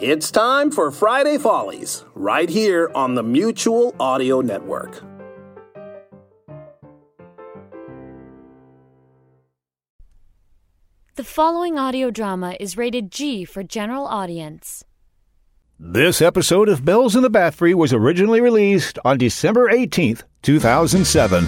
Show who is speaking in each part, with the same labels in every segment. Speaker 1: It's time for Friday Follies, right here on the Mutual Audio Network.
Speaker 2: The following audio drama is rated G for general audience.
Speaker 3: This episode of Bells in the Bathory was originally released on December 18th, 2007.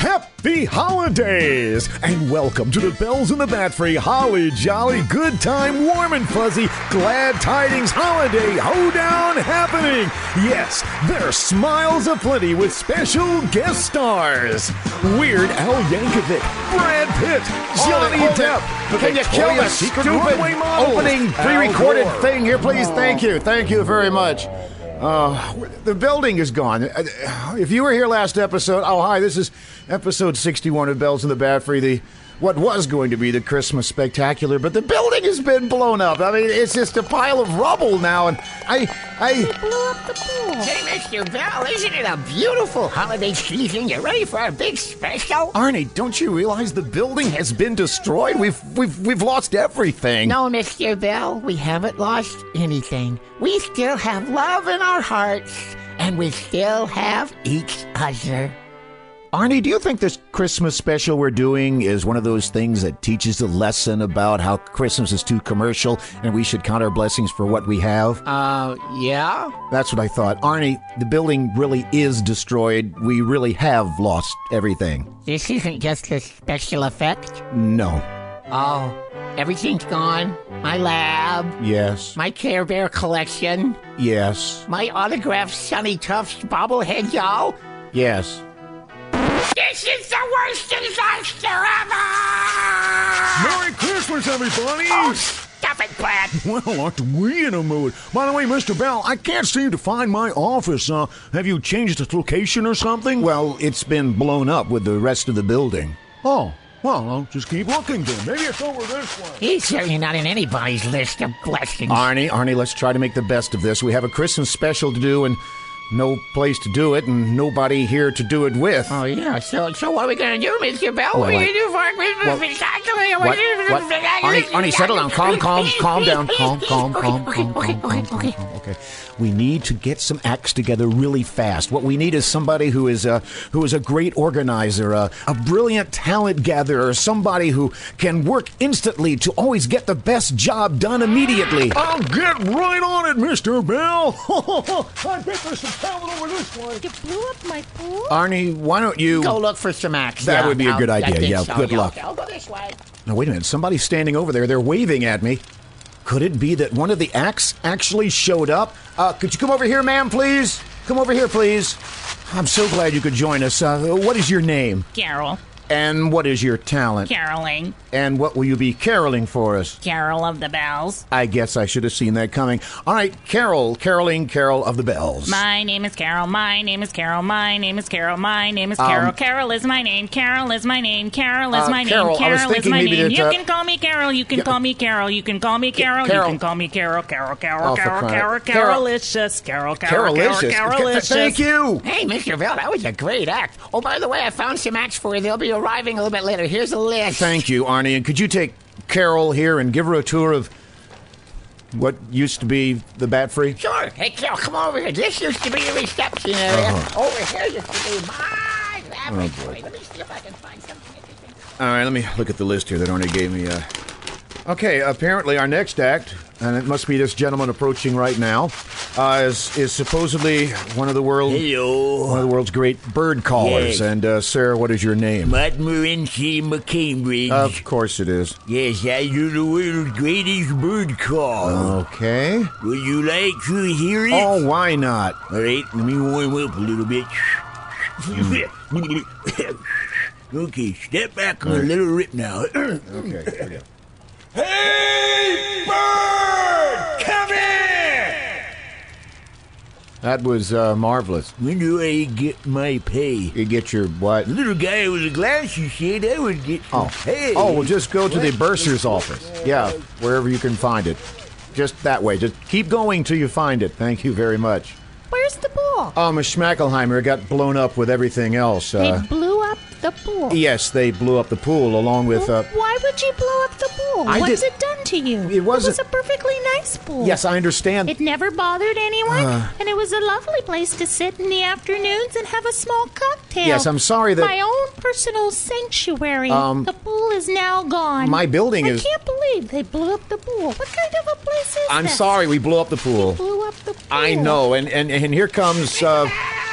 Speaker 4: Happy holidays! And welcome to the Bells in the Bat Free Holly Jolly Good Time Warm and Fuzzy Glad Tidings Holiday Hoedown happening! Yes, there's smiles aplenty with special guest stars Weird Al Yankovic, Brad Pitt,
Speaker 5: Hold
Speaker 4: Johnny
Speaker 5: it, hold it.
Speaker 4: Depp.
Speaker 5: Can you kill
Speaker 4: Victoria's
Speaker 5: the
Speaker 4: Secret Oh,
Speaker 5: stupid
Speaker 4: runway models,
Speaker 5: opening
Speaker 4: Al
Speaker 5: pre-recorded
Speaker 4: Gore.
Speaker 5: thing here, please?
Speaker 4: Oh.
Speaker 5: Thank you, thank you very much. Uh, the building is gone. Uh, If you were here last episode, oh hi, this is episode sixty-one of Bells in the Bat Free. The what was going to be the Christmas spectacular, but the building has been blown up. I mean, it's just a pile of rubble now, and I, I,
Speaker 6: Hey, Mr. Bell, isn't it a beautiful holiday season? You ready for a big special?
Speaker 5: Arnie, don't you realize the building has been destroyed? We've, we've, we've lost everything.
Speaker 6: No, Mr. Bell, we haven't lost anything. We still have love in our hearts, and we still have each other.
Speaker 5: Arnie, do you think this Christmas special we're doing is one of those things that teaches a lesson about how Christmas is too commercial and we should count our blessings for what we have?
Speaker 6: Uh, yeah?
Speaker 5: That's what I thought. Arnie, the building really is destroyed. We really have lost everything.
Speaker 6: This isn't just a special effect.
Speaker 5: No.
Speaker 6: Oh, everything's gone. My lab,
Speaker 5: Yes.
Speaker 6: my Care Bear collection,
Speaker 5: Yes.
Speaker 6: my autographed Sonny Tufts bobblehead, y'all.
Speaker 5: Yes.
Speaker 6: This is the worst disaster ever!
Speaker 4: Merry Christmas, everybody!
Speaker 6: Oh, Stop it, Brad!
Speaker 4: Well, aren't we in a mood? By the way, Mr. Bell, I can't seem to find my office. Uh, have you changed its location or something?
Speaker 5: Well, it's been blown up with the rest of the building.
Speaker 4: oh, well, I'll just keep looking then. Maybe it's over this way.
Speaker 6: He's certainly not in anybody's list of blessings.
Speaker 5: Arnie, Arnie, let's try to make the best of this. We have a Christmas special to do and no place to do it and nobody here to do it with.
Speaker 6: oh yeah. So so what are we gonna do, Mr. Bell?
Speaker 5: Well,
Speaker 6: what are
Speaker 5: I-
Speaker 6: we gonna do for Christmas?
Speaker 5: Oh, well,
Speaker 6: exactly.
Speaker 5: what- what? Arnie, Arnie, settle down. Calm, calm, calm down. Calm, calm,
Speaker 6: okay,
Speaker 5: calm,
Speaker 6: Okay,
Speaker 5: calm,
Speaker 6: okay,
Speaker 5: calm, calm,
Speaker 6: okay, okay.
Speaker 5: calm, okay. We need to get some acts together really fast. What we need is somebody who is a who is a great organizer, a, a brilliant talent gatherer, somebody who can work instantly to always get the best job done immediately.
Speaker 6: Oh.
Speaker 4: I'll get right on it, Mr. Bell. I bet there's some talent over this way.
Speaker 2: You blew up my pool?
Speaker 5: Arnie, why don't you?
Speaker 6: Go look for some axe.
Speaker 5: That
Speaker 6: Yeah,
Speaker 5: would be a
Speaker 6: I'll-
Speaker 5: good
Speaker 6: I
Speaker 5: idea.
Speaker 6: think
Speaker 5: Yeah,
Speaker 6: so.
Speaker 5: good
Speaker 6: yeah,
Speaker 5: luck.
Speaker 6: okay, I'll go this way.
Speaker 5: Now wait a minute. Somebody's standing over there. They're waving at me. Could it be that one of the acts actually showed up? Uh, could you come over here, ma'am, please? Come over here, please. I'm so glad you could join us. Uh, what is your name?
Speaker 7: Carol,
Speaker 5: And what is your talent?
Speaker 7: caroling,
Speaker 5: And what will you be caroling for us?
Speaker 7: Carol of the Bells.
Speaker 5: I guess I should have seen that coming. All right, Carol, caroling, Carol of the Bells.
Speaker 7: My name is Carol, my name is Carol, my name is Carol, my name is Carol. Carol is my name, Carol is my name, Carol is
Speaker 5: Um, Uh,
Speaker 7: my
Speaker 5: Carol, I
Speaker 7: name,
Speaker 5: was
Speaker 7: Carol is
Speaker 5: thinking
Speaker 7: my
Speaker 5: maybe
Speaker 7: name.
Speaker 5: that,
Speaker 7: You
Speaker 5: uh,
Speaker 7: can call me Carol, you can call me Carol, you can call me Carol,
Speaker 5: Carol.
Speaker 7: you can call me Carol, Carol,
Speaker 5: Oh,
Speaker 7: Carol,
Speaker 5: for
Speaker 7: Carol,
Speaker 5: crying
Speaker 7: Carol,
Speaker 5: out- Carol.
Speaker 7: Carolicious, Carol, Carol, Carol,
Speaker 5: Carolicious.
Speaker 7: Carolicious.
Speaker 5: Thank you.
Speaker 6: Hey, Mr. Bell, that was a great act. Oh, by the way, I found some acts for you. They'll be arriving a little bit later. Here's a list.
Speaker 5: Thank you, Arnie. And could you take Carol here and give her a tour of what used to be the Bat Free?
Speaker 6: Sure. Hey, Carol, come over here. This used to be the reception area. Over here used to be my laboratory. Let me see if I can find something interesting.
Speaker 5: All right, let me look at the list here that Arnie gave me. Uh, okay, apparently our next act, and it must be this gentleman approaching right now, uh, is is supposedly one of the world one of the world's great bird callers.
Speaker 8: Yes.
Speaker 5: And uh, Sarah, what is your name?
Speaker 8: Montmorency McCambridge.
Speaker 5: Of course it is.
Speaker 8: yes, I do the world's greatest bird call.
Speaker 5: Okay.
Speaker 8: Would you like to hear it?
Speaker 5: Uh. Oh, why not?
Speaker 8: All right, let me warm up a little bit. okay, step back on a little rip now.
Speaker 5: Okay. here we go.
Speaker 8: hey, bird! Come here!
Speaker 5: That was uh, marvelous.
Speaker 8: When do I get my pay?
Speaker 5: You get your what?
Speaker 8: The little guy with the glasses said I would get some
Speaker 5: Oh.
Speaker 8: pay.
Speaker 5: Oh, well, just go to the bursar's office. Yeah, wherever you can find it. Just that way. Just keep going till you find it. Thank you very much.
Speaker 9: Where's the ball?
Speaker 5: Oh, Miss Schmackelheimer got blown up with everything else.
Speaker 9: They
Speaker 5: Uh, E
Speaker 9: blew up the ball.
Speaker 5: yes, they blew up the pool along with. Uh,
Speaker 9: Why would you blow up the ball?
Speaker 7: No.
Speaker 5: I
Speaker 7: What's
Speaker 5: did-
Speaker 7: it done to you?
Speaker 5: It wasn't-
Speaker 7: was a perfectly nice pool.
Speaker 5: Yes, I Uh. understand.
Speaker 7: It never bothered anyone, and it was a lovely place to sit in the afternoons and have a small cocktail.
Speaker 5: Yes, I'm sorry that- Um,
Speaker 7: my own personal sanctuary. the pool is now gone.
Speaker 5: my building
Speaker 7: I
Speaker 5: is-
Speaker 7: can't believe they blew up the pool. What kind of a place is
Speaker 5: I'm
Speaker 7: this?
Speaker 5: sorry we blew up the pool.
Speaker 7: Blew up the pool.
Speaker 5: I know, and and, and here comes uh,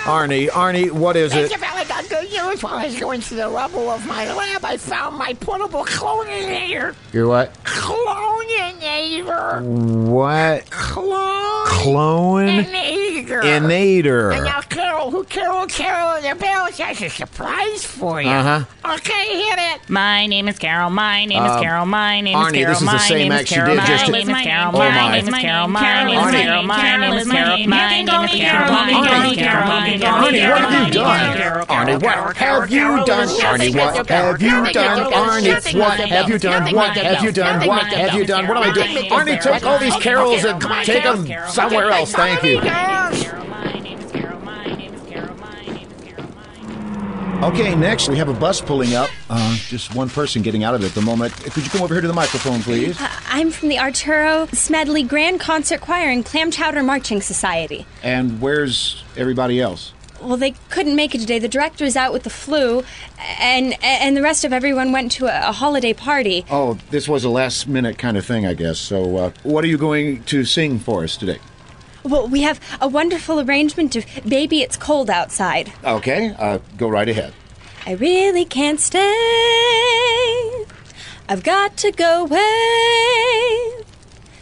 Speaker 5: Arnie. Arnie, what is it?
Speaker 6: Thank you, Dr. Hughes. While I was going through the rubble of my lab, I found my portable cloninator.
Speaker 5: You're what?
Speaker 6: Cloninator.
Speaker 5: What?
Speaker 6: Cloninator.
Speaker 5: Clone
Speaker 6: And
Speaker 5: inator.
Speaker 6: now, Carol, who Carol, Carol, and their bells has a surprise for you.
Speaker 5: Uh-huh.
Speaker 6: Okay, hit it.
Speaker 7: My name is Carol. My name is Carol. My name
Speaker 5: Arnie,
Speaker 7: is Carol.
Speaker 5: this is the
Speaker 7: my
Speaker 5: same
Speaker 7: name is
Speaker 5: act you
Speaker 7: Carol.
Speaker 5: did
Speaker 7: My
Speaker 5: just-
Speaker 7: name is Carol.
Speaker 5: Oh, my.
Speaker 7: My name is Carol. My name is Carol. My name is Carol. My name is Carol. My name is Carol. My name is Carol. My name is Carol.
Speaker 5: Arnie, what have you
Speaker 7: Carol,
Speaker 5: done? Arnie, what have you done? Arnie, what have you done? Arnie, what have you done? What have you done? What have you done? What am I doing? Arnie, take all these carols and take them somewhere else. Thank you.
Speaker 7: My name is Carol. My name is Carol. My name is Carol. My name is Carol.
Speaker 5: Okay, next we have a bus pulling up. Uh, just one person getting out of it at the moment. Could you come over here to the microphone, please?
Speaker 7: Uh,
Speaker 9: I'm from the Arturo Smedley Grand Concert Choir and Clam Chowder Marching Society.
Speaker 5: And where's everybody else?
Speaker 9: Well, they couldn't make it today. The director is out with the flu, and and the rest of everyone went to a, a holiday party.
Speaker 5: Oh, this was a last minute kind of thing, I guess. So, uh, what are you going to sing for us today?
Speaker 9: Well, we have a wonderful arrangement of "Baby, It's Cold Outside."
Speaker 5: Okay, uh, go right ahead.
Speaker 9: I really can't stay. I've got to go away.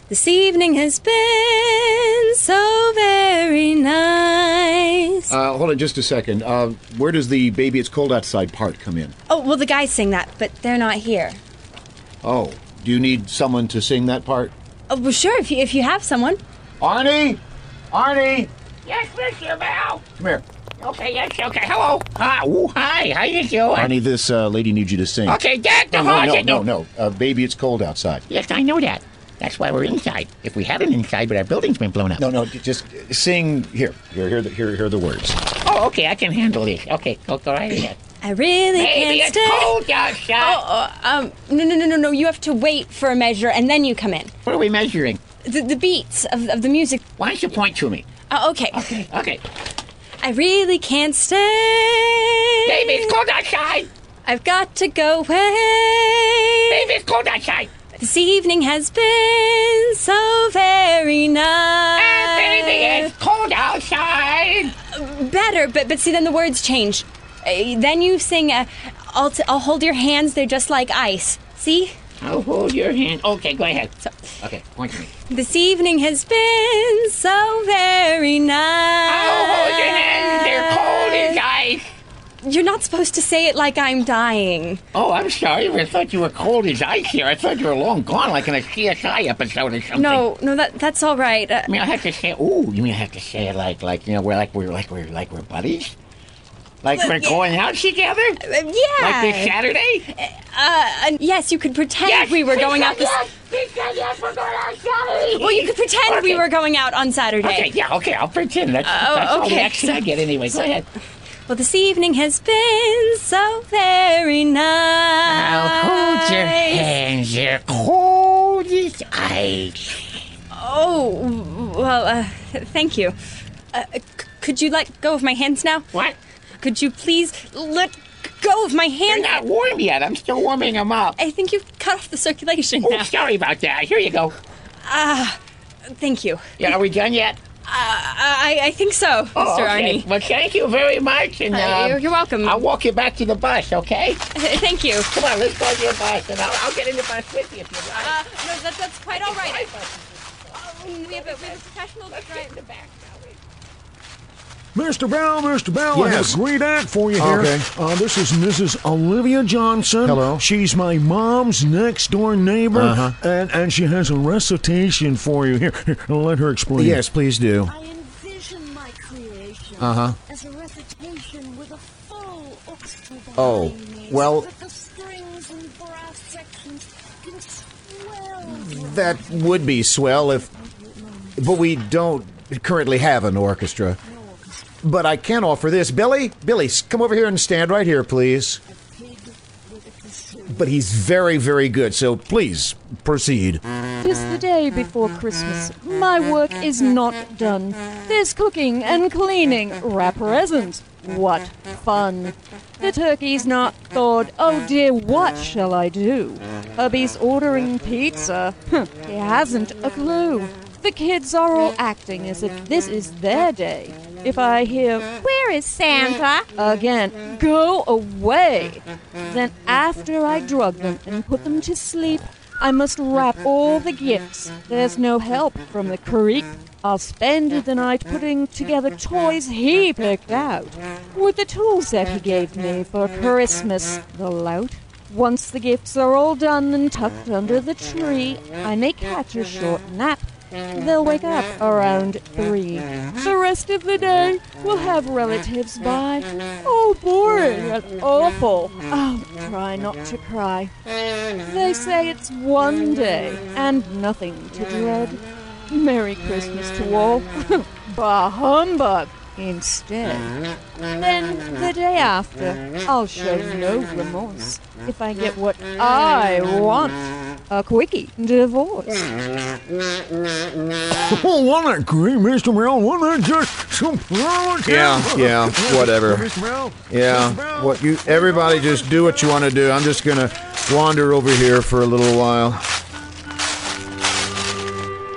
Speaker 9: This evening has been so very nice.
Speaker 5: Uh, hold on just a second. Uh, where does the baby it's cold outside part come in?
Speaker 9: oh, well, the guys sing that, but they're not here.
Speaker 5: Oh, do you need someone to sing that part?
Speaker 9: Oh, well, sure, if you, if you have someone.
Speaker 5: Arnie! Arnie!
Speaker 6: Yes, Mr. Bell.
Speaker 5: Come here.
Speaker 6: Okay, yes, okay. Hello. Hi. Ah, Ooh, hi. How you doing?
Speaker 5: Arnie, this uh, lady needs you to sing.
Speaker 6: Okay, Dad, the
Speaker 5: No, no,
Speaker 6: horse.
Speaker 5: no, no, no. Uh, baby, it's cold outside.
Speaker 6: Yes, I know that. That's why we're inside. If we had an inside, but our building's been blown up.
Speaker 5: No, no, j- just sing here. Here, here, the- here, here are the words.
Speaker 6: Oh, okay, I can handle this. Okay, go, go right ahead.
Speaker 9: I really can't
Speaker 6: Baby, it's
Speaker 9: stay.
Speaker 6: cold outside.
Speaker 9: Oh, uh, um, no, no, no, no, no. You have to wait for a measure and then you come in.
Speaker 6: What are we measuring?
Speaker 9: The, the beats of, of the music.
Speaker 6: Why don't you point to me?
Speaker 9: Oh, okay.
Speaker 6: Okay, okay.
Speaker 9: I really can't stay.
Speaker 6: Baby, it's cold outside.
Speaker 9: I've got to go away.
Speaker 6: Baby, it's cold outside.
Speaker 9: This evening has been so very nice.
Speaker 6: Baby,
Speaker 9: Uh.
Speaker 6: it's cold outside.
Speaker 9: Better, but but see, then the words change. Uh, then you sing, uh, I'll, t- I'll hold your hands, they're just like ice. See?
Speaker 6: I'll hold your hand. Okay, go ahead. Okay, point to me.
Speaker 9: This evening has been so very nice.
Speaker 6: I'll hold your hand. They're cold as
Speaker 9: Uh.
Speaker 6: ice.
Speaker 9: You're not supposed to say it like I'm dying.
Speaker 6: Oh, I'm sorry. I thought you were cold as ice here. I thought you were long gone, like in a CSI episode or something.
Speaker 9: No, no, that that's all right. Uh,
Speaker 6: I mean, I have to say, ooh, you mean I have to say it like, like you know, we're like we're like we're like we're buddies, like we're going out together,
Speaker 9: uh, yeah.
Speaker 6: like this Saturday.
Speaker 9: And yes, you could pretend we were going out this.
Speaker 6: Yes, yes, yes, we're going out Saturday.
Speaker 9: Well, you could pretend we
Speaker 6: Okay.
Speaker 9: were going out on Saturday.
Speaker 6: Okay, yeah, okay, I'll pretend. That's,
Speaker 9: oh,
Speaker 6: that's all the
Speaker 9: okay.
Speaker 6: action I get anyway. Go ahead.
Speaker 9: Well, this evening has been so very nice.
Speaker 6: I'll hold your hands. You're cold as ice.
Speaker 9: Oh, well, uh, thank you. Uh, c- could you let go of my hands now?
Speaker 6: What?
Speaker 9: Could you please let go of my
Speaker 6: They're
Speaker 9: hand?
Speaker 6: not warm yet. I'm still warming them up.
Speaker 9: I think you've cut off the circulation
Speaker 6: Oh,
Speaker 9: now.
Speaker 6: sorry about that. Here you go.
Speaker 9: Thank you. Uh,
Speaker 6: Yeah, are we done yet?
Speaker 9: I, I think so,
Speaker 6: Oh,
Speaker 9: Mr.
Speaker 6: okay.
Speaker 9: Arnie.
Speaker 6: Well, thank you very much. And,
Speaker 9: Uh,
Speaker 6: um,
Speaker 9: you're- you're welcome.
Speaker 6: I'll walk you back to the bus, okay?
Speaker 9: Thank you.
Speaker 6: Come on, let's go to the bus, and I'll, I'll get in the bus with you if you like.
Speaker 9: Uh, no, that, that's quite all right. we, have a, we have a professional
Speaker 6: Let's get in the back, shall we?
Speaker 4: Mr. Bell, Mr. Bell, I have
Speaker 5: Yes.
Speaker 4: a great act for you here.
Speaker 5: Okay.
Speaker 4: Uh, this is Mrs. Olivia Johnson.
Speaker 5: Hello.
Speaker 4: She's my mom's next door neighbor,
Speaker 5: Uh-huh.
Speaker 4: and, and she has a recitation for you here. here, Let her explain.
Speaker 5: Yes, please do.
Speaker 10: I envision my creation
Speaker 5: Uh-huh.
Speaker 10: as a recitation with a full orchestra behind
Speaker 5: Oh,
Speaker 10: me,
Speaker 5: well-
Speaker 10: with the strings and brass sections can
Speaker 5: Mm.
Speaker 10: swell to
Speaker 5: That would be swell if. But we don't currently have an orchestra. But I can offer this. Billy, Billy, s- come over here and stand right here, please.
Speaker 10: a pig with a kazoo.
Speaker 5: but he's very, very good. So please proceed.
Speaker 11: Tis the day before Christmas. My work is not done. There's cooking and cleaning. Wrap presents. What fun. The turkey's not thawed. Oh dear, what shall I do? Hubby's ordering pizza. Huh, he hasn't a clue. The kids are all acting as if this is their day. If I hear, Where is Santa? again, go away. Then, after I drug them and put them to sleep, I must wrap all the gifts. There's no help from the creek. I'll spend the night putting together toys he picked out with the tools that he gave me for Christmas, the lout. Once the gifts are all done and tucked under the tree, I may catch a short nap. They'll wake up around three. The rest of the day, we'll have relatives by. Oh, boring and awful. Oh, try not to cry. They say it's one day and nothing to dread. Merry Christmas to all. bah humbug instead. Then the day after, I'll show no remorse if I get what I want a quickie divorce.
Speaker 4: Oh, wasn't that great, Mr. Brown? Wasn't that just some
Speaker 5: Yeah, yeah, whatever.
Speaker 4: Mr. Brown?
Speaker 5: Yeah, what you? Everybody, just do what you want to do. I'm just gonna wander over here for a little while.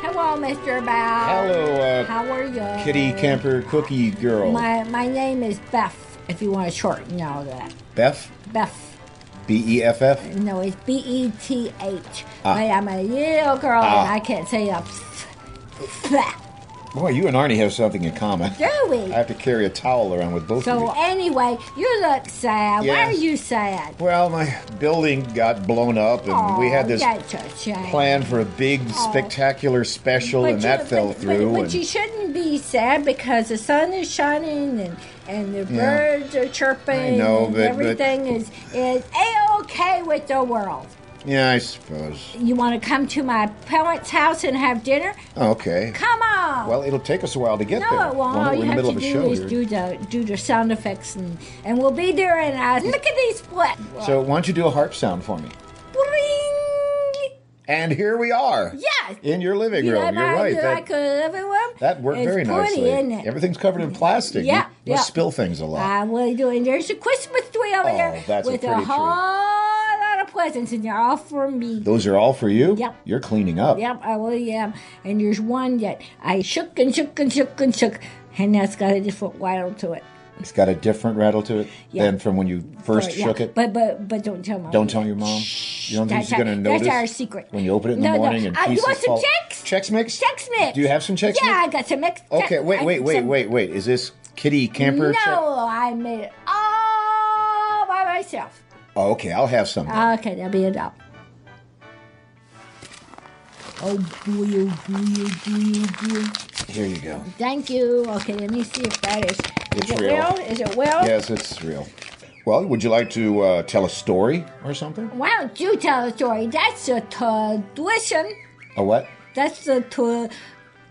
Speaker 12: Hello, Mr. Bow.
Speaker 5: Hello, uh,
Speaker 12: How are you?
Speaker 5: Kitty Camper Cookie Girl.
Speaker 12: My my name is Beth. If you want to shorten all that,
Speaker 5: Beth?
Speaker 12: Beth.
Speaker 5: B E F F?
Speaker 12: No, it's B E T H.
Speaker 5: Ah.
Speaker 12: But I'm a little girl and
Speaker 5: Ah.
Speaker 12: I can't say a
Speaker 5: Boy, you and Arnie have something in common.
Speaker 12: do
Speaker 5: I
Speaker 12: we?
Speaker 5: have to carry a towel around with both
Speaker 12: So
Speaker 5: of you.
Speaker 12: anyway, you look sad. Why are
Speaker 5: Yes.
Speaker 12: you sad? Oh,
Speaker 5: Well, my building got blown up, and we had this
Speaker 12: that's a shame.
Speaker 5: plan for a big, spectacular special,
Speaker 12: But
Speaker 5: and
Speaker 12: you-
Speaker 5: that fell through.
Speaker 12: But, but
Speaker 5: and
Speaker 12: you shouldn't be sad because the sun is shining and, and the
Speaker 5: Yeah.
Speaker 12: birds are chirping.
Speaker 5: I know,
Speaker 12: and
Speaker 5: but- but-
Speaker 12: everything is is a okay with the world.
Speaker 5: yeah, I suppose.
Speaker 12: You want to come to my parents' house and have dinner?
Speaker 5: Okay.
Speaker 12: Come on.
Speaker 5: Well, it'll take us a while to get
Speaker 12: no,
Speaker 5: there.
Speaker 12: it won't.
Speaker 5: Well,
Speaker 12: All you
Speaker 5: we're in the
Speaker 12: have
Speaker 5: middle
Speaker 12: to
Speaker 5: of a
Speaker 12: do
Speaker 5: show
Speaker 12: is
Speaker 5: here.
Speaker 12: do the do the sound effects and, and we'll be there. And uh, look at these split.
Speaker 5: So why don't you do a harp sound for me? And here we are.
Speaker 12: Yes.
Speaker 5: In your living
Speaker 12: You
Speaker 5: room.
Speaker 12: like
Speaker 5: You're
Speaker 12: my-
Speaker 5: right.
Speaker 12: you
Speaker 5: That,
Speaker 12: like a living room?
Speaker 5: that worked
Speaker 12: It's
Speaker 5: very
Speaker 12: pretty,
Speaker 5: nicely.
Speaker 12: isn't it?
Speaker 5: Everything's covered in plastic.
Speaker 12: Yeah,
Speaker 5: You must
Speaker 12: yeah. Uh,
Speaker 5: spill things a lot.
Speaker 12: I will do. And there's a Christmas tree over
Speaker 5: Oh,
Speaker 12: there
Speaker 5: that's a
Speaker 12: with a,
Speaker 5: pretty tree.
Speaker 12: whole lot of presents, and they're all for me.
Speaker 5: Those are all for you?
Speaker 12: Yep.
Speaker 5: You're cleaning up.
Speaker 12: Yep, I really am. And there's one that I shook and shook and shook and shook, and that's got a different waddle to it.
Speaker 5: It's got a different rattle to it
Speaker 12: Yeah.
Speaker 5: than from when you first
Speaker 12: But, yeah,
Speaker 5: shook it.
Speaker 12: But but but don't tell mom.
Speaker 5: Don't tell your mom. You don't think
Speaker 12: That's
Speaker 5: she's going to
Speaker 12: our-
Speaker 5: notice?
Speaker 12: That's our secret.
Speaker 5: When you open it in
Speaker 12: No,
Speaker 5: the
Speaker 12: no.
Speaker 5: morning and
Speaker 12: Uh, you
Speaker 5: pieces
Speaker 12: want some
Speaker 5: fall.
Speaker 12: checks?
Speaker 5: Chex Mix?
Speaker 12: Chex mix.
Speaker 5: Do you have some Chex
Speaker 12: Yeah,
Speaker 5: Mix?
Speaker 12: I got some mix.
Speaker 5: Okay,
Speaker 12: Chex-
Speaker 5: wait,
Speaker 12: I-
Speaker 5: wait, wait,
Speaker 12: some-
Speaker 5: wait, wait. Is this kitty
Speaker 12: No,
Speaker 5: camper? Chex-
Speaker 12: I made it all by myself.
Speaker 5: Oh, okay, I'll have some.
Speaker 12: Okay, that'll be enough. Oh boy, oh boy, oh boy, oh boy.
Speaker 5: Here you go.
Speaker 12: Thank you. Okay, let me see if that is.
Speaker 5: It's
Speaker 12: is it
Speaker 5: real.
Speaker 12: well? Is it well?
Speaker 5: Yes, it's real. Well, would you like to uh, tell a story or something?
Speaker 12: Why don't you tell a story? That's a tradition.
Speaker 5: A what?
Speaker 12: That's the to,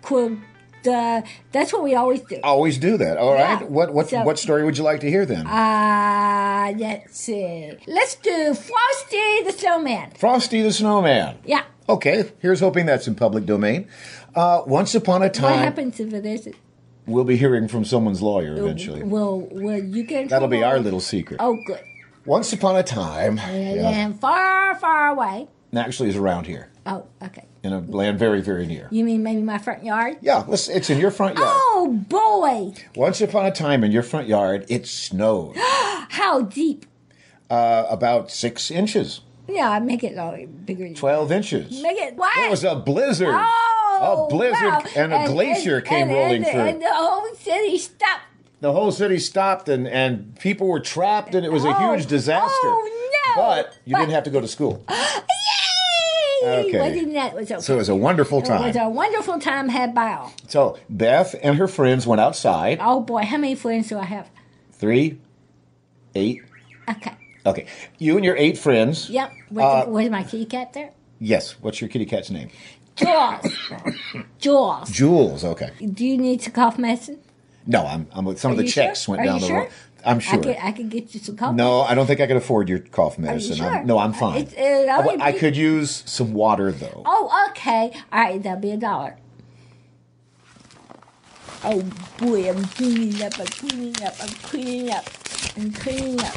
Speaker 12: qu- the that's what we always do.
Speaker 5: Always do that. All right.
Speaker 12: Yeah.
Speaker 5: What what
Speaker 12: So-
Speaker 5: what story would you like to hear then?
Speaker 12: Uh let's see. Let's do Frosty the Snowman.
Speaker 5: Frosty the Snowman.
Speaker 12: Yeah.
Speaker 5: Okay, here's hoping that's in public domain. Uh, once upon a
Speaker 12: What
Speaker 5: time,
Speaker 12: happens if it isn't?
Speaker 5: we'll be hearing from someone's lawyer eventually.
Speaker 12: Will will you get in
Speaker 5: That'll be
Speaker 12: trouble?
Speaker 5: our little secret.
Speaker 12: Oh, good.
Speaker 5: Once upon a time,
Speaker 12: And
Speaker 5: yeah,
Speaker 12: then far, far away.
Speaker 5: actually is around here
Speaker 12: Oh, okay.
Speaker 5: in a land very very near.
Speaker 12: You mean maybe my front yard?
Speaker 5: Yeah, let's, it's in your front yard.
Speaker 12: Oh boy,
Speaker 5: Once upon a time, in your front yard, it snowed
Speaker 12: how deep?
Speaker 5: uh, about six inches,
Speaker 12: No, I make it longer, bigger.
Speaker 5: twelve inches.
Speaker 12: Make it what?
Speaker 5: It was a blizzard.
Speaker 12: Oh,
Speaker 5: a blizzard
Speaker 12: wow.
Speaker 5: and a glacier came
Speaker 12: and-
Speaker 5: rolling
Speaker 12: and-
Speaker 5: through.
Speaker 12: and the whole city stopped.
Speaker 5: the whole city stopped and, and people were trapped and it was a
Speaker 12: Oh,
Speaker 5: huge disaster.
Speaker 12: oh, no.
Speaker 5: But you didn't have to go to school. Okay.
Speaker 12: Wasn't that was okay.
Speaker 5: So it was a wonderful
Speaker 12: It
Speaker 5: time.
Speaker 12: was a wonderful time had by all.
Speaker 5: So Beth and her friends went outside.
Speaker 12: Oh boy, how many friends do I have?
Speaker 5: Three, eight.
Speaker 12: Okay.
Speaker 5: Okay. You and your eight friends.
Speaker 12: Yep. Was,
Speaker 5: Uh,
Speaker 12: was my kitty cat there?
Speaker 5: Yes. What's your kitty cat's name?
Speaker 12: Jaws. Jaws.
Speaker 5: Jules. Okay.
Speaker 12: Do you need to cough medicine?
Speaker 5: No, I'm, I'm some
Speaker 12: Are
Speaker 5: of the
Speaker 12: you
Speaker 5: checks
Speaker 12: sure?
Speaker 5: went
Speaker 12: Are
Speaker 5: down
Speaker 12: you
Speaker 5: the
Speaker 12: sure?
Speaker 5: road. I'm
Speaker 12: I
Speaker 5: sure.
Speaker 12: could, I could get you some coffee.
Speaker 5: no, I don't think I can afford your cough medicine.
Speaker 12: sure?
Speaker 5: I'm, no, I'm fine.
Speaker 12: It's- it
Speaker 5: I,
Speaker 12: only
Speaker 5: I
Speaker 12: be-
Speaker 5: could use some water though.
Speaker 12: Oh, okay. All right, that'll be a dollar. Oh boy, I'm cleaning up. I'm cleaning up. I'm cleaning up. I'm cleaning up.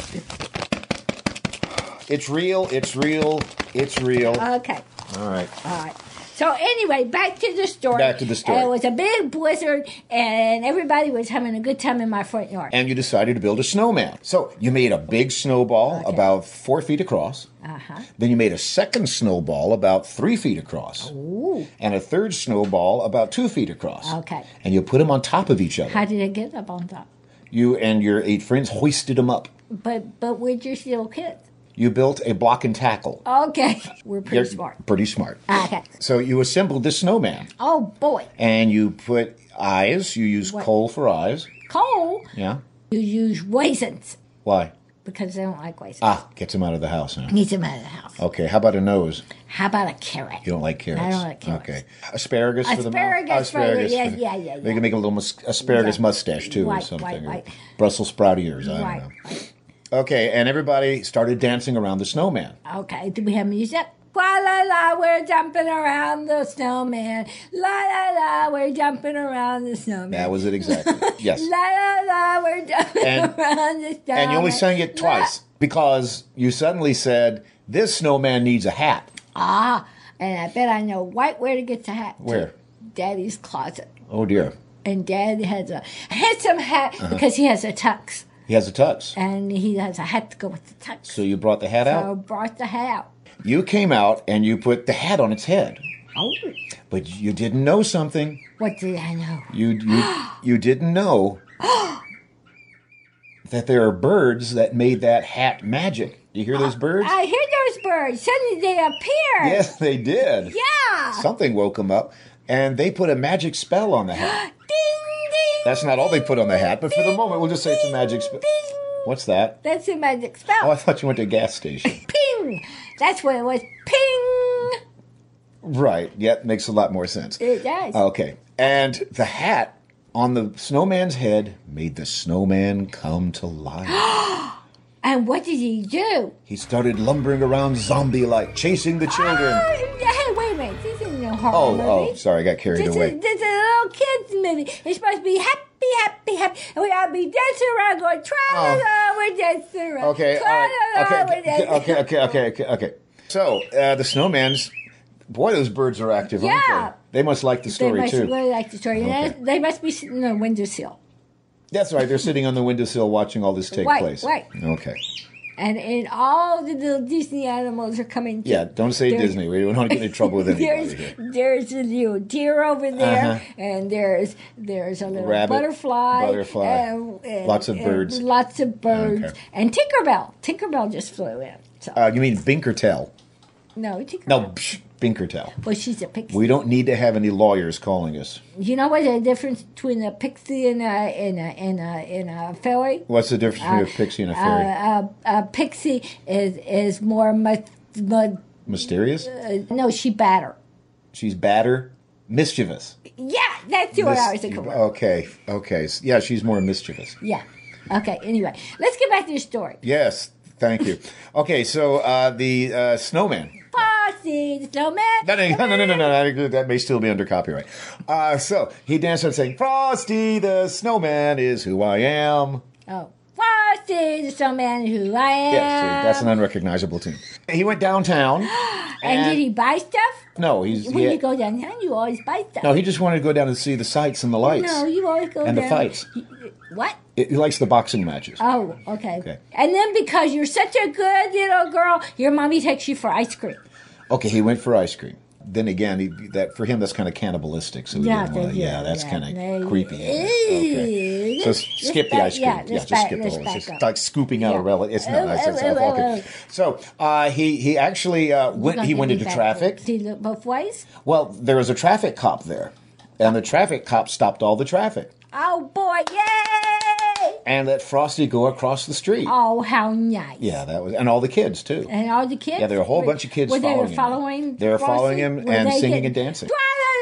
Speaker 5: It's real. It's real. It's real.
Speaker 12: Okay.
Speaker 5: All right.
Speaker 12: All right. So anyway, back to the story.
Speaker 5: Back to the story.
Speaker 12: And it was a big blizzard, and everybody was having a good time in my front yard.
Speaker 5: And you decided to build a snowman. So you made a big snowball about four feet across.
Speaker 12: Uh huh.
Speaker 5: Then you made a second snowball about three feet across.
Speaker 12: Ooh.
Speaker 5: And a third snowball about two feet across.
Speaker 12: Okay.
Speaker 5: And you put them on top of each other.
Speaker 12: How did I get up on top?
Speaker 5: You and your eight friends hoisted them up.
Speaker 12: But but we're just little kids.
Speaker 5: You built a block and tackle.
Speaker 12: Okay, we're Oh, pretty
Speaker 5: You're
Speaker 12: smart. Uh,
Speaker 5: Pretty smart.
Speaker 12: Okay.
Speaker 5: So you assembled the snowman.
Speaker 12: Oh boy,
Speaker 5: And you put eyes. You use
Speaker 12: What?
Speaker 5: coal for eyes.
Speaker 12: coal.
Speaker 5: Yeah.
Speaker 12: You use raisins
Speaker 5: Why?
Speaker 12: because they don't like raisins.
Speaker 5: Ah, gets him out of the house. Huh?
Speaker 12: Needs them out of the house.
Speaker 5: Okay. How about a nose?
Speaker 12: How about a carrot?
Speaker 5: You don't like carrots.
Speaker 12: I don't like carrots.
Speaker 5: Okay. Asparagus, for the mouth.
Speaker 12: Asparagus for the- yeah,
Speaker 5: for-
Speaker 12: yeah, yeah,
Speaker 5: They can make a little mus- asparagus
Speaker 12: Yeah.
Speaker 5: mustache too, or
Speaker 12: Right,
Speaker 5: something.
Speaker 12: right,
Speaker 5: or
Speaker 12: right.
Speaker 5: Brussels sprout ears. I don't
Speaker 12: Right.
Speaker 5: know. Okay, and everybody started dancing around the snowman.
Speaker 12: Okay, do we have music? La la la, we're jumping around the snowman. La la la, we're jumping around the snowman.
Speaker 5: That was it exactly. yes.
Speaker 12: La la la, we're jumping
Speaker 5: And-
Speaker 12: around the snowman.
Speaker 5: And you only sang it twice because you suddenly said, "This snowman needs a hat."
Speaker 12: Ah, and I bet I know right where to get the hat.
Speaker 5: Where?
Speaker 12: Daddy's closet.
Speaker 5: Oh dear,
Speaker 12: And Dad has a handsome hat
Speaker 5: Uh-huh.
Speaker 12: because he has a tux.
Speaker 5: he has a tux.
Speaker 12: And he has a hat to go with the tux.
Speaker 5: So you brought the hat
Speaker 12: so
Speaker 5: out.
Speaker 12: brought the hat out.
Speaker 5: You came out and you put the hat on its head,
Speaker 12: Oh,
Speaker 5: but you didn't know something.
Speaker 12: what did I know?
Speaker 5: You you, you didn't know that there are birds that made that hat magic. You hear those birds?
Speaker 12: I hear those Uh, birds. Suddenly they appear.
Speaker 5: Yes, they did.
Speaker 12: Yeah.
Speaker 5: Something woke them up, and they put a magic spell on the hat. That's not all they put on the hat, but for the moment, we'll just say it's a magic spell. What's that?
Speaker 12: That's a magic
Speaker 5: Oh,
Speaker 12: spell.
Speaker 5: I thought you went to a gas station.
Speaker 12: Ping! That's what it was. Ping!
Speaker 5: right. Yep, makes a lot more sense.
Speaker 12: It does.
Speaker 5: Oh, Okay. And the hat on the snowman's head made the snowman come to life.
Speaker 12: And what did he do?
Speaker 5: he started lumbering around zombie like, chasing the children.
Speaker 12: Oh, hey, wait a minute. This isn't a horror
Speaker 5: Oh,
Speaker 12: movie.
Speaker 5: oh, sorry, I got carried
Speaker 12: This
Speaker 5: away.
Speaker 12: is, this is a little kid's movie. It's supposed to be happy, happy, happy. And we ought to be dancing around going, tra la la, we're dancing around.
Speaker 5: Oh. Okay, all
Speaker 12: tra
Speaker 5: right.
Speaker 12: la la,
Speaker 5: okay,
Speaker 12: we're dancing
Speaker 5: okay, okay, okay, okay, okay. So uh, the snowman's boy, those birds are active,
Speaker 12: Yeah.
Speaker 5: aren't they? They must like the
Speaker 12: They
Speaker 5: story
Speaker 12: must
Speaker 5: too.
Speaker 12: really like the story. And
Speaker 5: Okay.
Speaker 12: They must be sitting on a windowsill.
Speaker 5: That's right. They're sitting on the windowsill watching all this take
Speaker 12: Right,
Speaker 5: place.
Speaker 12: right.
Speaker 5: Okay.
Speaker 12: And, and all the little Disney animals are coming. to-
Speaker 5: Yeah. Don't say
Speaker 12: There's-
Speaker 5: Disney. We don't want to get in trouble with anybody
Speaker 12: There's
Speaker 5: here.
Speaker 12: there's a little deer over there,
Speaker 5: Uh-huh.
Speaker 12: and there's there's a little
Speaker 5: Rabbit,
Speaker 12: butterfly,
Speaker 5: butterfly,
Speaker 12: and- and-
Speaker 5: lots of
Speaker 12: and
Speaker 5: birds.
Speaker 12: lots of birds,
Speaker 5: Okay.
Speaker 12: and Tinkerbell. Tinkerbell just flew in. So
Speaker 5: Uh, you mean Binkertel?
Speaker 12: no, Tinkerbell.
Speaker 5: No, psh, Binkertel.
Speaker 12: Well, she's a pixie.
Speaker 5: We don't need to have any lawyers calling us.
Speaker 12: You know what the difference between a pixie and a and a and a and a fairy?
Speaker 5: What's the difference between a
Speaker 12: Ah,
Speaker 5: pixie and a fairy?
Speaker 12: Uh, a, a pixie is is more mut, mut,
Speaker 5: Mysterious?
Speaker 12: uh, no, she batter.
Speaker 5: She's badder, mischievous.
Speaker 12: Yeah, that's two
Speaker 5: Mis-
Speaker 12: hours of correct.
Speaker 5: okay. Okay. Yeah, she's more mischievous.
Speaker 12: Yeah. Okay. Anyway, let's get back to the story.
Speaker 5: Yes, thank you. Okay, so uh, the uh, snowman.
Speaker 12: Posse, the snowman.
Speaker 5: No, no, no, no, no, no, no, That may still be under copyright. Uh, so he danced on saying, "Frosty the Snowman is who I am."
Speaker 12: Oh, Posse, the snowman, who I am.
Speaker 5: Yes, see, that's an unrecognizable tune. He went downtown.
Speaker 12: and, did he buy stuff?
Speaker 5: No, he's
Speaker 12: When
Speaker 5: he-
Speaker 12: you go downtown, you always buy stuff.
Speaker 5: no. He just wanted to go down and see the sights and the lights.
Speaker 12: No, you always go
Speaker 5: and the
Speaker 12: down-
Speaker 5: fights.
Speaker 12: What?
Speaker 5: He- he likes the boxing matches.
Speaker 12: Oh, okay.
Speaker 5: Okay.
Speaker 12: And then because you're such a good little girl, your mommy takes you for ice cream.
Speaker 5: Okay, he went for ice cream. Then again, he, that for him that's kind of cannibalistic. So he
Speaker 12: Yeah,
Speaker 5: didn't wanna,
Speaker 12: they-
Speaker 5: yeah, that's
Speaker 12: yeah,
Speaker 5: kind
Speaker 12: they-
Speaker 5: of creepy. Okay. So
Speaker 12: Let's- let's
Speaker 5: skip the
Speaker 12: back-
Speaker 5: ice cream.
Speaker 12: yeah,
Speaker 5: Yeah,
Speaker 12: let's
Speaker 5: just
Speaker 12: back-
Speaker 5: skip the
Speaker 12: let's
Speaker 5: whole.
Speaker 12: back
Speaker 5: It's
Speaker 12: up.
Speaker 5: just like scooping out a relic. It's not
Speaker 12: Oh,
Speaker 5: nice. It's
Speaker 12: oh,
Speaker 5: not
Speaker 12: oh,
Speaker 5: okay. So uh, he he actually uh,
Speaker 12: You're
Speaker 5: went
Speaker 12: gonna
Speaker 5: he
Speaker 12: give
Speaker 5: went
Speaker 12: me
Speaker 5: into
Speaker 12: back
Speaker 5: traffic.
Speaker 12: the- Do you look both ways?
Speaker 5: Well, there was a traffic cop there, and the traffic cop stopped all the traffic
Speaker 12: Oh boy, yay!
Speaker 5: and let Frosty go across the street.
Speaker 12: Oh, how nice.
Speaker 5: Yeah, that was and all the kids too.
Speaker 12: And all the kids?
Speaker 5: Yeah, there were a whole bunch of kids
Speaker 12: were they
Speaker 5: following
Speaker 12: were
Speaker 5: him.
Speaker 12: following
Speaker 5: They were following
Speaker 12: Rossi?
Speaker 5: him
Speaker 12: Were
Speaker 5: and
Speaker 12: they
Speaker 5: singing
Speaker 12: getting-
Speaker 5: and dancing. Ah.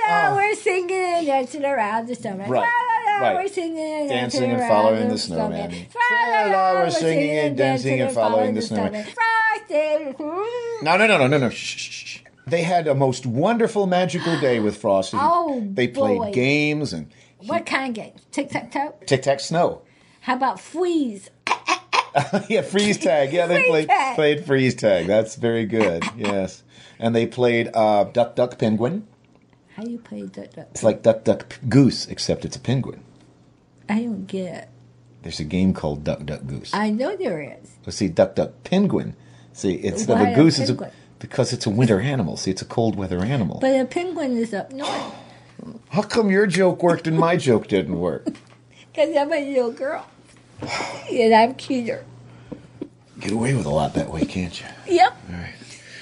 Speaker 12: Tra-la-la, We're singing and dancing around the summer.
Speaker 5: Right.
Speaker 12: Tra-la-la, la, we're singing and
Speaker 5: Dancing and following the snowman.
Speaker 12: Tra la la,
Speaker 5: we're singing and dancing and following the snowman.
Speaker 12: Frosty.
Speaker 5: No, no, no, no, no, no. Shh, shh, shh. They had a most wonderful magical day with Frosty.
Speaker 12: Oh,
Speaker 5: they played
Speaker 12: boy.
Speaker 5: games and
Speaker 12: What kind of game? Tic tac toe?
Speaker 5: tic tac snow.
Speaker 12: How about freeze?
Speaker 5: yeah, freeze tag. Yeah, they
Speaker 12: Freeze
Speaker 5: played
Speaker 12: tag.
Speaker 5: played freeze tag. That's very good. Yes, and they played uh, duck duck penguin.
Speaker 12: How you play duck duck?
Speaker 5: It's like duck duck P- goose, except it's a penguin.
Speaker 12: I don't get it.
Speaker 5: There's a game called duck duck goose.
Speaker 12: I know there is.
Speaker 5: Let's see, duck duck penguin. See, it's
Speaker 12: Why
Speaker 5: not a
Speaker 12: a
Speaker 5: goose. It's a,
Speaker 12: penguin?
Speaker 5: because it's a winter animal. See, it's a cold weather animal.
Speaker 12: But a penguin is up north
Speaker 5: How come your joke worked and my joke didn't work?
Speaker 12: because I'm a little girl. and I'm cuter.
Speaker 5: Get away with a lot that way, can't you?
Speaker 12: Yep.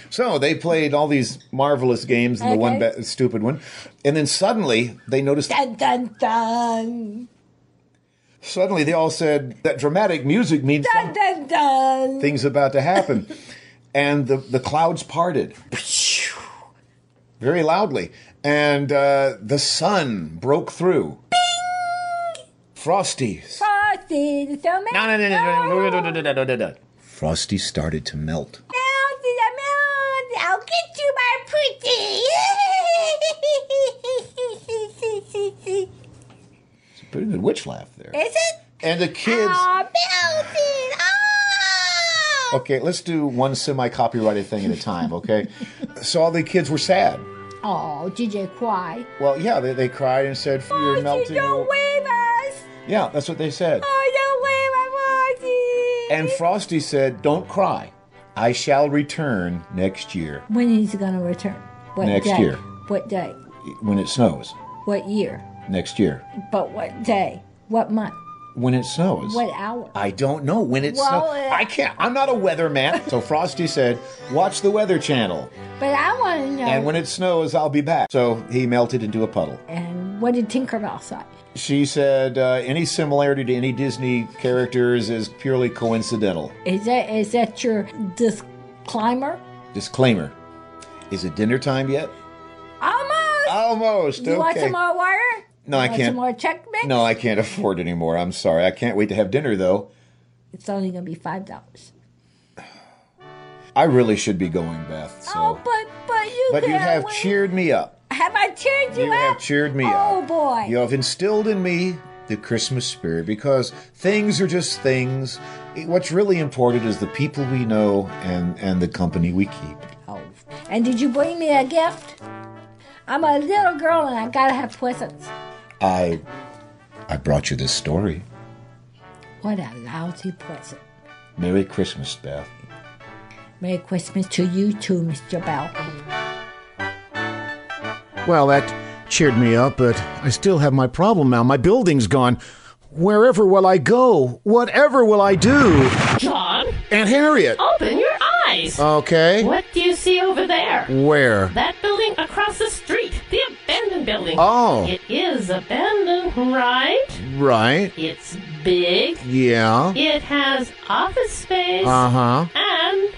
Speaker 5: So they played all these marvelous games and the one
Speaker 12: Okay.
Speaker 5: ba- stupid one, and then suddenly they noticed.
Speaker 12: Dun dun dun.
Speaker 5: Suddenly they all said that dramatic music means
Speaker 12: Dun dun dun.
Speaker 5: things about to happen, and the the clouds parted, very loudly, and uh, the sun broke through. Frosty.
Speaker 12: Frosty the snowman.
Speaker 5: No, no, no, no, no, no, no, no, no, no, no. Frosty started to melt.
Speaker 12: Melt in the melt. I'll get you, my pretty.
Speaker 5: It's a pretty good witch laugh there.
Speaker 12: is it?
Speaker 5: And the kids.
Speaker 12: Aw, melted. Ah.
Speaker 5: Okay, let's do one semi copyrighted thing at a time, okay? so all the kids were sad.
Speaker 12: Oh, DJ Quai.
Speaker 5: Well, yeah, they, they cried and said, "F- You're melting.
Speaker 12: Don't wave us.
Speaker 5: Yeah, that's what they said.
Speaker 12: Oh, don't wave us, Frosty.
Speaker 5: And Frosty said, Don't cry. I shall return next year.
Speaker 12: When is he going to return? What
Speaker 5: Next
Speaker 12: day?
Speaker 5: year.
Speaker 12: What day?
Speaker 5: When it snows.
Speaker 12: What year?
Speaker 5: Next year.
Speaker 12: But what day? What month?
Speaker 5: When it snows.
Speaker 12: What hour?
Speaker 5: I don't know when it
Speaker 12: Well,
Speaker 5: snows.
Speaker 12: uh,
Speaker 5: I can't. I'm not a weatherman. so Frosty said, Watch the Weather Channel.
Speaker 12: But I want to know.
Speaker 5: And when it snows, I'll be back. So he melted into a puddle.
Speaker 12: And what did Tinkerbell say?
Speaker 5: She said, uh, any similarity to any Disney characters is purely coincidental.
Speaker 12: Is that is that your disclaimer?
Speaker 5: Disclaimer. Is it dinner time yet?
Speaker 12: Almost.
Speaker 5: Almost.
Speaker 12: You want
Speaker 5: Oh, okay.
Speaker 12: some more water?
Speaker 5: No,
Speaker 12: You
Speaker 5: I
Speaker 12: want
Speaker 5: can't.
Speaker 12: Some more check mix?
Speaker 5: No, I can't afford anymore. I'm sorry. I can't wait to have dinner, though.
Speaker 12: It's only gonna be five dollars.
Speaker 5: I really should be going, Beth. So.
Speaker 12: Oh, but but you.
Speaker 5: but you
Speaker 12: can't
Speaker 5: have
Speaker 12: win.
Speaker 5: cheered me up.
Speaker 12: Have I cheered you,
Speaker 5: You
Speaker 12: up?
Speaker 5: have cheered me
Speaker 12: Oh
Speaker 5: up.
Speaker 12: boy.
Speaker 5: You have instilled in me the Christmas spirit because things are just things. What's really important is the people we know and, and the company we keep.
Speaker 12: Oh. And did you bring me a gift? I'm a little girl and I gotta have presents.
Speaker 5: I I brought you this story.
Speaker 12: What a lousy present.
Speaker 5: Merry Christmas, Beth.
Speaker 12: Merry Christmas to you too, Mr. Bell.
Speaker 13: Well, that cheered me up, but I still have my problem now. My building's gone. Wherever will I go? Whatever will I do?
Speaker 14: John,
Speaker 13: Aunt Harriet.
Speaker 14: open your eyes.
Speaker 5: Oh.
Speaker 13: Okay.
Speaker 14: What do you see over there?
Speaker 13: Where?
Speaker 14: That building across the street, the abandoned building.
Speaker 13: Oh.
Speaker 14: It is abandoned, right?
Speaker 13: Right.
Speaker 14: It's big.
Speaker 13: Yeah.
Speaker 14: It has office space.
Speaker 13: Uh-huh.
Speaker 14: And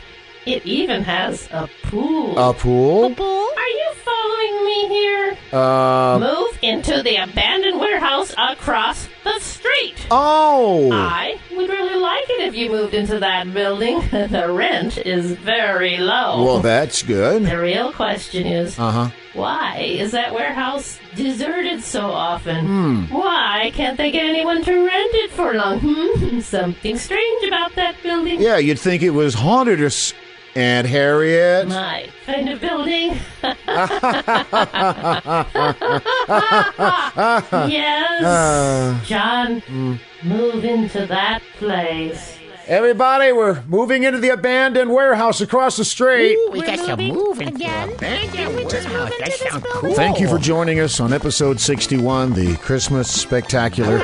Speaker 14: it even has a pool.
Speaker 13: A pool?
Speaker 14: pool? Are you following me here?
Speaker 13: Uh.
Speaker 14: Move into the abandoned warehouse across the street.
Speaker 13: Oh.
Speaker 14: I would really like it if you moved into that building. the rent is very low.
Speaker 13: Well, that's good.
Speaker 14: The real question is
Speaker 13: Uh huh.
Speaker 14: why is that warehouse deserted so often?
Speaker 13: Hmm.
Speaker 14: Why can't they get anyone to rent it for long? Hmm, something strange about that building.
Speaker 13: Yeah, you'd think it was haunted or. S- Aunt Harriet.
Speaker 14: My kind of building. yes.
Speaker 13: Uh.
Speaker 14: John, move into that place.
Speaker 13: Everybody, we're moving into the abandoned warehouse across the street.
Speaker 6: we got to move into again. we just move into this cool.
Speaker 13: Thank you for joining us on episode 61, the Christmas Spectacular.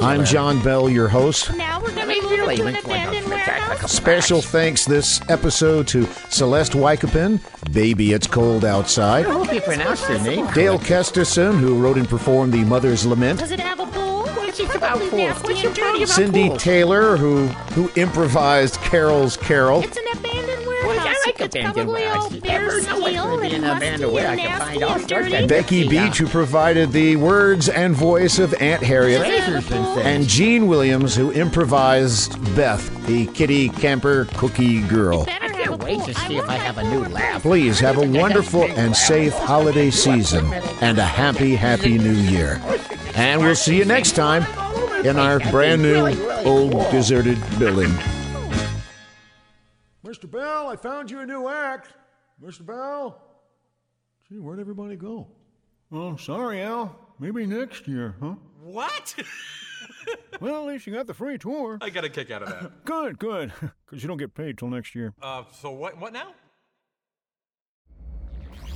Speaker 13: I'm John Bell, your host.
Speaker 6: Now we're going to really move into an abandoned warehouse.
Speaker 13: Special thanks this episode to Celeste Wykopin, Baby It's Cold
Speaker 6: I
Speaker 13: Outside,
Speaker 6: hope you pronounce their name.
Speaker 13: Dale Kesterson, who wrote and performed The Mother's Lament,
Speaker 6: Does it have a bull? What's it about bull? What's your problem about
Speaker 13: Cindy
Speaker 6: bull?
Speaker 13: Taylor, who who improvised Carol's Carol,
Speaker 6: an abandoned warehouse. I could dance in
Speaker 10: probably all bare steel and
Speaker 6: band of
Speaker 10: musty
Speaker 6: where
Speaker 10: and
Speaker 6: I could
Speaker 10: nasty
Speaker 6: find all
Speaker 10: and
Speaker 6: sorts
Speaker 10: dirty.
Speaker 6: of
Speaker 5: Becky Beach, who provided the words and voice of Aunt Harriet,
Speaker 6: Treasures and things.
Speaker 5: and Gene Williams, who improvised Beth, the kitty camper cookie girl.
Speaker 6: I can't wait to see if I have a new laugh.
Speaker 5: Please have a wonderful and safe holiday season and a happy, happy new year. And we'll see you next time in our brand new, old, deserted building.
Speaker 4: Mr. Bell, I found you a new act. Mr. Bell? Gee, where'd everybody go?
Speaker 3: Oh, sorry, Al. Maybe next year, huh?
Speaker 15: What?
Speaker 3: Well, at least you got the free tour.
Speaker 15: I got a kick out of that.
Speaker 3: Good, good. Because you don't get paid till next year.
Speaker 15: Uh, so what? What now?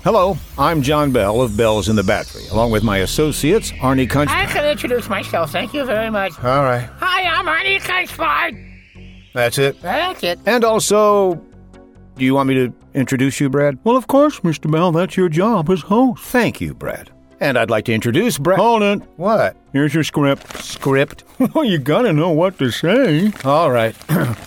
Speaker 3: Hello, I'm John Bell of Bells in the Battery, along with my associates, Arnie Country.
Speaker 6: I can introduce myself. Thank you very much.
Speaker 3: All right,
Speaker 6: Hi, I'm Arnie Kunstford.
Speaker 3: that's it.
Speaker 6: That's it.
Speaker 3: And also, do you want me to introduce you, Brad? Well, of course, Mr. Bell. That's your job as host. Thank you, Brad. And I'd like to introduce Brad. Hold it. What? Here's your script. Script? Well, you gotta know what to say. All right.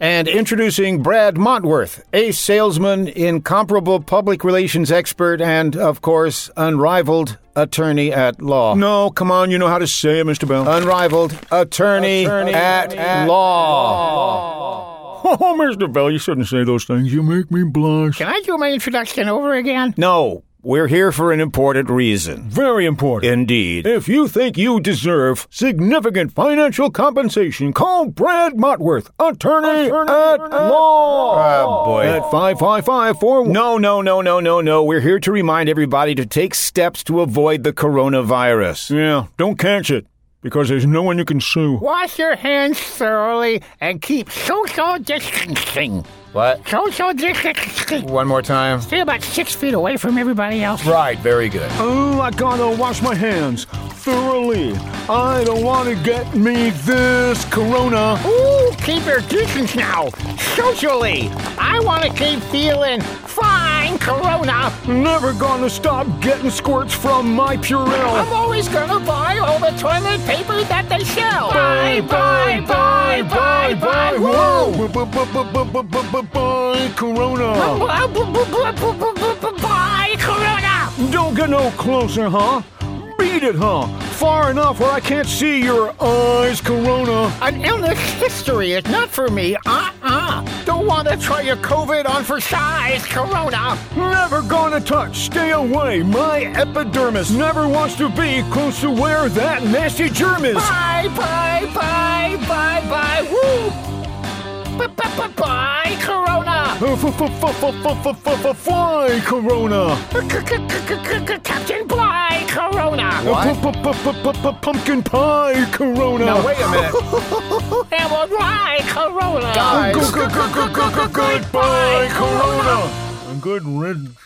Speaker 3: and introducing Brad Montworth, ace salesman, incomparable public relations expert, and, of course, unrivaled attorney at law. No, come on, you know how to say it, Mr. Bell. Unrivaled attorney, at, law. Oh, Mr. Bell, you shouldn't say those things. You make me blush.
Speaker 6: Can I do my introduction over again?
Speaker 3: No, we're here for an important reason. Very important. Indeed. If you think you deserve significant financial compensation, call Brad Motworth, attorney, Ah, at law. Oh, boy. At 555 No, no, no, no, no, no. We're here to remind everybody to take steps to avoid the coronavirus. Yeah, don't catch it, because there's no one you can sue.
Speaker 6: Wash your hands thoroughly and keep social distancing.
Speaker 3: What?
Speaker 6: Social distancing.
Speaker 3: One more time.
Speaker 6: Stay about six feet away from everybody else.
Speaker 3: Right, very good. Oh, I gotta wash my hands thoroughly. I don't wanna get me this corona.
Speaker 6: Ooh, keep your distance now. Socially. I want to keep feeling fine, Corona.
Speaker 3: Never gonna stop getting squirts from my
Speaker 6: I'm
Speaker 3: Purell.
Speaker 6: always gonna buy all the toilet paper that they sell.
Speaker 3: Bye, bye, bye, bye, bye. Whoa! Bye, Corona.
Speaker 6: Bye, Corona.
Speaker 3: Don't get no closer, huh? Beat it, huh? Far enough where I can't see your eyes, Corona.
Speaker 6: An illness history is not for me. Uh-uh. Don't want to try your COVID on for size, Corona.
Speaker 3: Never gonna touch, stay away. My epidermis never wants to be close to where that nasty germ is.
Speaker 6: Bye, bye, bye, bye, bye. Woo. Bye, Corona.
Speaker 3: Fly, Corona.
Speaker 6: Captain, bye, Corona.
Speaker 3: Pumpkin pie, Corona.
Speaker 6: Now, wait a minute. And we'll ride, Corona.
Speaker 3: Oh, Goodbye, Corona. And good riddance.